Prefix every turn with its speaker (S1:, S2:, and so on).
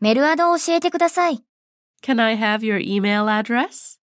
S1: メルアドを教えてください。
S2: Can I have your email address?